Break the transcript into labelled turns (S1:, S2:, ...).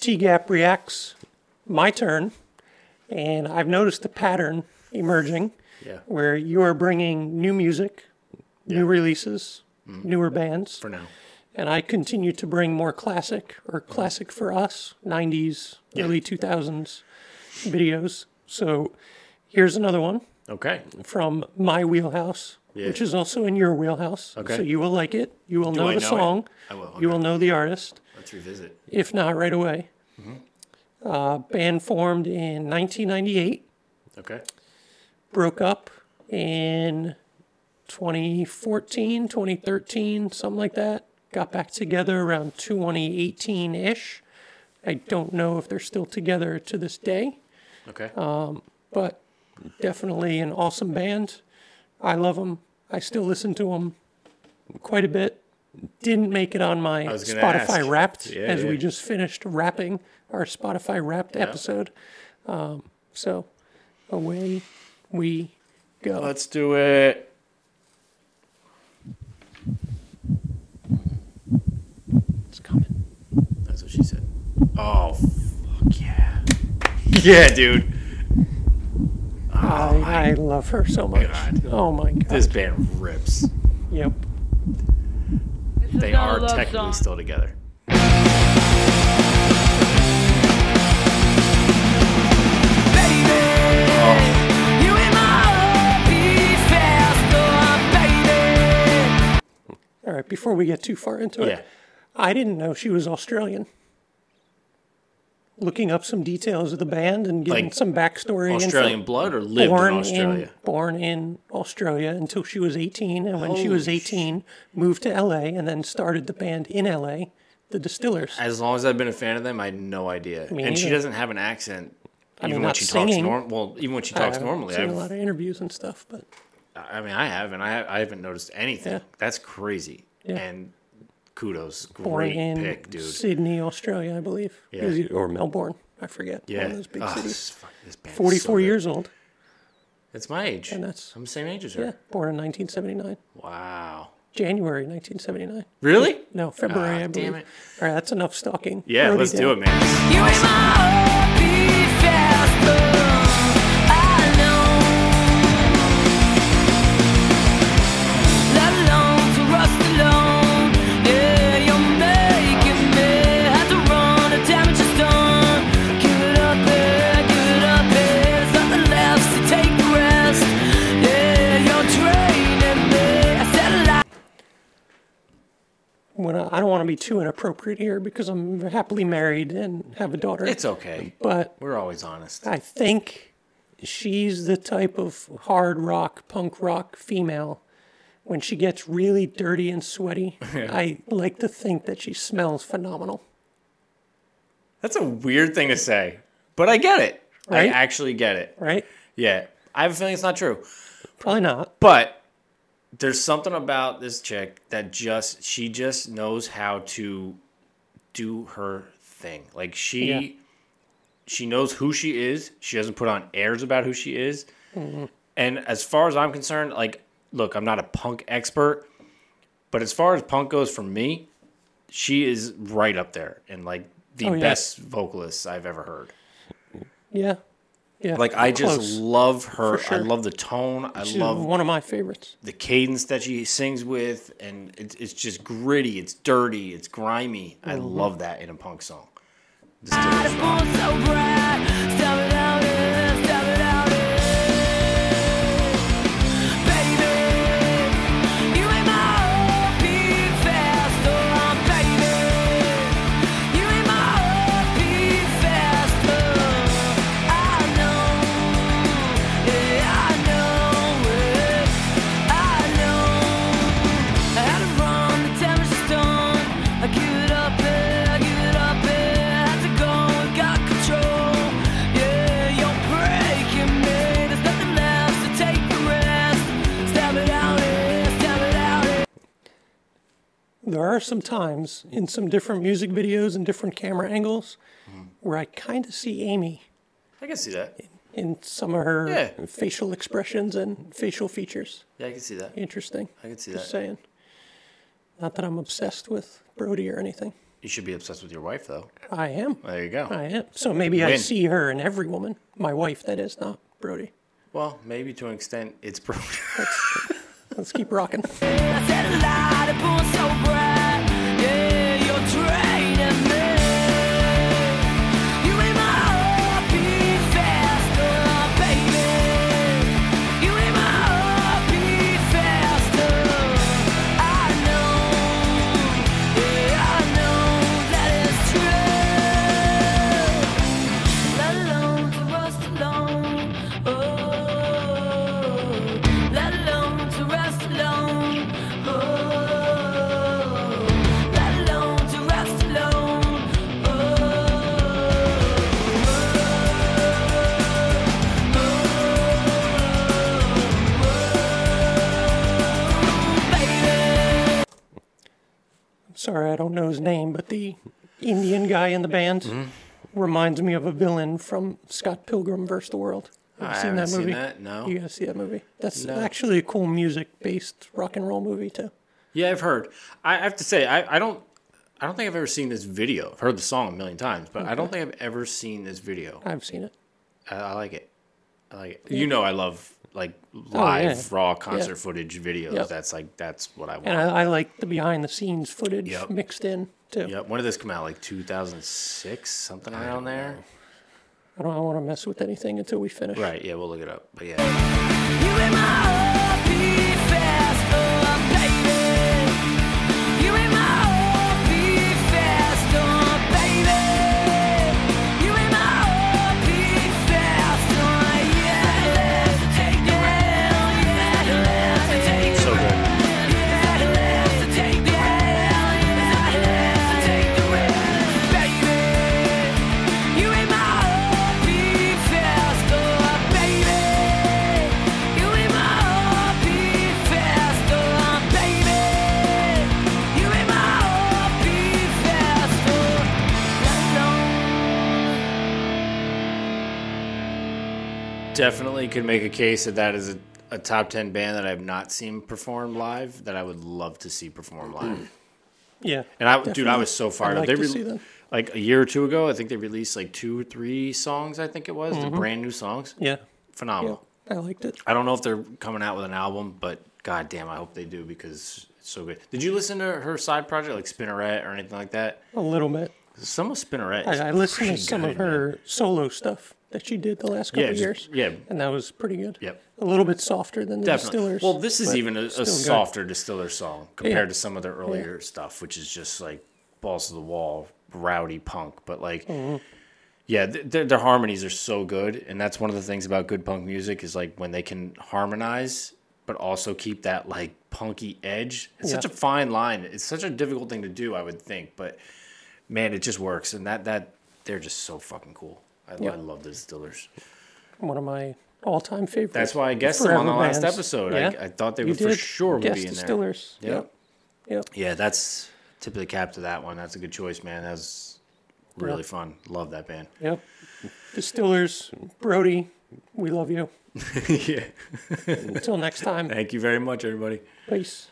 S1: T-gap reacts. My turn, and I've noticed a pattern emerging
S2: Yeah.
S1: where you are bringing new music, new releases, newer bands,
S2: Mm-hmm. For now.
S1: and I continue to bring more classic or
S2: Mm-hmm.
S1: classic for us, 90s, early 2000s videos. So here's another one
S2: Okay.
S1: from my wheelhouse,
S2: Yeah.
S1: which is also in your wheelhouse.
S2: Okay.
S1: So you will like it. You will know
S2: I
S1: the
S2: know it?
S1: song.
S2: I will,
S1: You
S2: okay.
S1: will know the artist,
S2: Let's revisit.
S1: if not right away. Uh, band formed in 1998,
S2: Okay.
S1: broke up in 2014, 2013, something like that. Got back together around 2018 ish. I don't know if they're still together to this day
S2: Okay.
S1: Uh, but definitely an awesome band. I love them. I still listen to them quite a bit. Didn't make it on my
S2: was gonna
S1: Spotify
S2: ask.
S1: Wrapped
S2: Yeah,
S1: as
S2: yeah.
S1: we just finished wrapping our Spotify Wrapped episode. Um, so away we go.
S2: Let's do it.
S1: it's coming.
S2: That's what she said. Oh, fuck yeah. Yeah, dude.
S1: I, I love her so much.
S2: God.
S1: Oh my god.
S2: This band rips.
S1: Yep.
S3: This is
S2: They
S3: not a
S2: are
S3: love
S2: technically
S3: song.
S2: still together.
S1: All right. Before we get too far into it,
S2: Yeah.
S1: I didn't know she was Australian. Looking up some details of the band and getting
S2: Like,
S1: some backstory. info.
S2: Australian blood or lived
S1: born
S2: in Australia?
S1: born in Australia until she was 18, and when she was
S2: Holy
S1: 18, moved to LA and then started the band in LA, the Distillers.
S2: As long as I've been a fan of them, I had no idea. and she
S1: neither.
S2: doesn't have an accent.
S1: mean,
S2: even when
S1: not
S2: she
S1: singing.
S2: talks normal, well, even when she talks
S1: I've
S2: normally,
S1: seen
S2: I've,
S1: a lot of interviews and stuff, but
S2: I mean, I haven't. I, ha- I haven't noticed anything.
S1: Yeah.
S2: That's crazy.
S1: Yeah.
S2: And kudos,
S1: born
S2: great
S1: in
S2: pick, dude.
S1: Sydney, Australia, I believe,
S2: Yeah.
S1: Is it- or Melbourne, I forget. one
S2: yeah,
S1: of those big
S2: Ah,
S1: cities.
S2: this, fuck, this band is so
S1: 44
S2: good.
S1: years old.
S2: It's my age.
S1: And that's-
S2: I'm the same age as her.
S1: Yeah, born in 1979,
S2: Wow.
S1: January 1979.
S2: Really?
S1: No, February,
S2: Ah,
S1: I believe.
S2: damn it.
S1: All right, that's enough stalking.
S2: Yeah,
S1: Brody
S2: let's do
S1: down.
S2: it, man.
S1: When I, I don't want to be too inappropriate here because I'm happily married and have a daughter.
S2: It's okay.
S1: but
S2: We're always honest.
S1: I think she's the type of hard rock, punk rock female. When she gets really dirty and sweaty, I like to think that she smells phenomenal.
S2: That's a weird thing to say, but I get it.
S1: Right?
S2: I actually get it.
S1: Right?
S2: Yeah. I have a feeling it's not true.
S1: Probably not.
S2: But there's something about this chick that just she just knows how to do her thing. Like she
S1: Yeah.
S2: she knows who she is. She doesn't put on airs about who she is.
S1: Mm-hmm.
S2: And as far as I'm concerned, like look, I'm not a punk expert, but as far as punk goes for me, she is right up there and like the
S1: Oh, yeah.
S2: best vocalist I've ever heard.
S1: Yeah. Yeah.
S2: Like I just
S1: Close.
S2: love her.
S1: For
S2: I
S1: sure.
S2: love the tone. I
S1: She's
S2: love
S1: one of my favorites.
S2: the cadence that she sings with, and it's, it's just gritty, it's dirty, it's grimy. I
S1: Mm-hmm.
S2: love that in a punk song. Distillers.
S1: There are some times in some different music videos and different camera angles
S2: Mm-hmm.
S1: where I kind of see Amy
S2: I can see that.
S1: in some of her
S2: Yeah.
S1: facial expressions and facial features.
S2: Yeah, I can see that.
S1: Interesting.
S2: I can see
S1: Just
S2: that.
S1: saying. Not that I'm obsessed with Brody or anything.
S2: You should be obsessed with your wife, though.
S1: I am.
S2: There you go.
S1: I am. So maybe I
S2: Win.
S1: see her in every woman. My wife, that is, not Brody.
S2: Well, maybe to an extent, it's broken.
S1: Let's keep rocking.
S4: I said a light upon so bright. Yeah, you're draining me. You in my heart beat faster, baby. You in my heart beat faster. I know, yeah, I know that it's true. Let alone to rest alone. Oh, let alone to rest alone. Oh, let alone to rest alone. Oh. Oh, baby.
S1: Sorry, I don't know his name, but the Indian guy in the band
S2: Mm-hmm.
S1: reminds me of a villain from Scott Pilgrim vs. the World. Have you seen
S2: I haven't
S1: that
S2: seen
S1: movie?
S2: that, no.
S1: You gotta see that movie. That's
S2: No.
S1: actually a cool music-based rock and roll movie too.
S2: yeah, I've heard. I have to say, I, I don't. I don't think I've ever seen this video. I've heard the song a million times, but I don't think I've ever seen this video.
S1: I've seen it.
S2: I, I like it. I like it. You know, I love like live raw concert footage videos.
S1: Oh, Yep.
S2: That's like that's what I want.
S1: And I, I like the behind-the-scenes footage
S2: Yep.
S1: mixed in too.
S2: Yep. When did this come out? Like 2006, something around there.
S1: I don't want to mess with anything until we finish.
S2: Right. Yeah, we'll look it up. But yeah,
S4: You in my heart beat faster, baby. You in my heart beat faster, baby. You in my heart beat faster, yeah. Take the rail, yeah. Take the
S2: so good.
S4: rail, take the rail, yeah. Take the rail, baby. You in my heart beat faster, baby. You in my heart beat faster, baby. You in my heart beat faster.
S2: Definitely could make a case that that is a, a top ten band that I've not seen perform live. That I would love to see perform live.
S1: Yeah.
S2: And I, dude, I
S1: Mm-hmm. definitely.
S2: was so
S1: I'd
S2: fired up.
S1: like
S2: They
S1: to
S2: re-
S1: see them.
S2: like a year or two ago, I think they released like two or three songs. I think it was the brand new songs.
S1: Yeah. Mm-hmm. Yeah.
S2: Phenomenal.
S1: I liked it.
S2: I don't know if they're coming out with an album, but goddamn, I hope they do because it's so good. Did you listen to her side project like Spinneret or anything like that?
S1: A little bit.
S2: Some of Spinneret.
S1: I,
S2: is
S1: I listened to
S2: pretty
S1: some of
S2: good, man.
S1: her solo stuff that she did the last couple
S2: Yeah, just-
S1: years.
S2: yeah.
S1: And that was pretty good.
S2: Yep.
S1: A little bit softer than the
S2: Definitely.
S1: Distillers.
S2: well, this is
S1: but
S2: even a,
S1: still
S2: a
S1: good.
S2: softer distiller song
S1: Yeah.
S2: compared to some of their earlier stuff, which is just like balls to the wall, rowdy punk. But like,
S1: Mm-hmm.
S2: yeah, th- their, their harmonies are so good, and that's one of the things about good punk music is like when they can harmonize but also keep that like punky edge. It's such a
S1: Yeah.
S2: fine line. It's such a difficult thing to do, I would think, but man, it just works. And that that they're just so fucking cool. I,
S1: Yeah.
S2: I love the distillers.
S1: One of my all time favorites.
S2: That's why I guessed them on the
S1: Forever
S2: last
S1: bands.
S2: episode.
S1: Yeah.
S2: I, I thought they
S1: You
S2: would for
S1: did.
S2: sure would
S1: Guess
S2: be in there.
S1: Distillers.
S2: Yep.
S1: Yep. Yep.
S2: Yeah, that's tip of the cap to that one. That's a good choice, man. That's really fun. Love that band.
S1: Yep. Distillers, Brody, we love you.
S2: yeah.
S1: Until next time,
S2: Thank you very much, everybody.
S1: peace.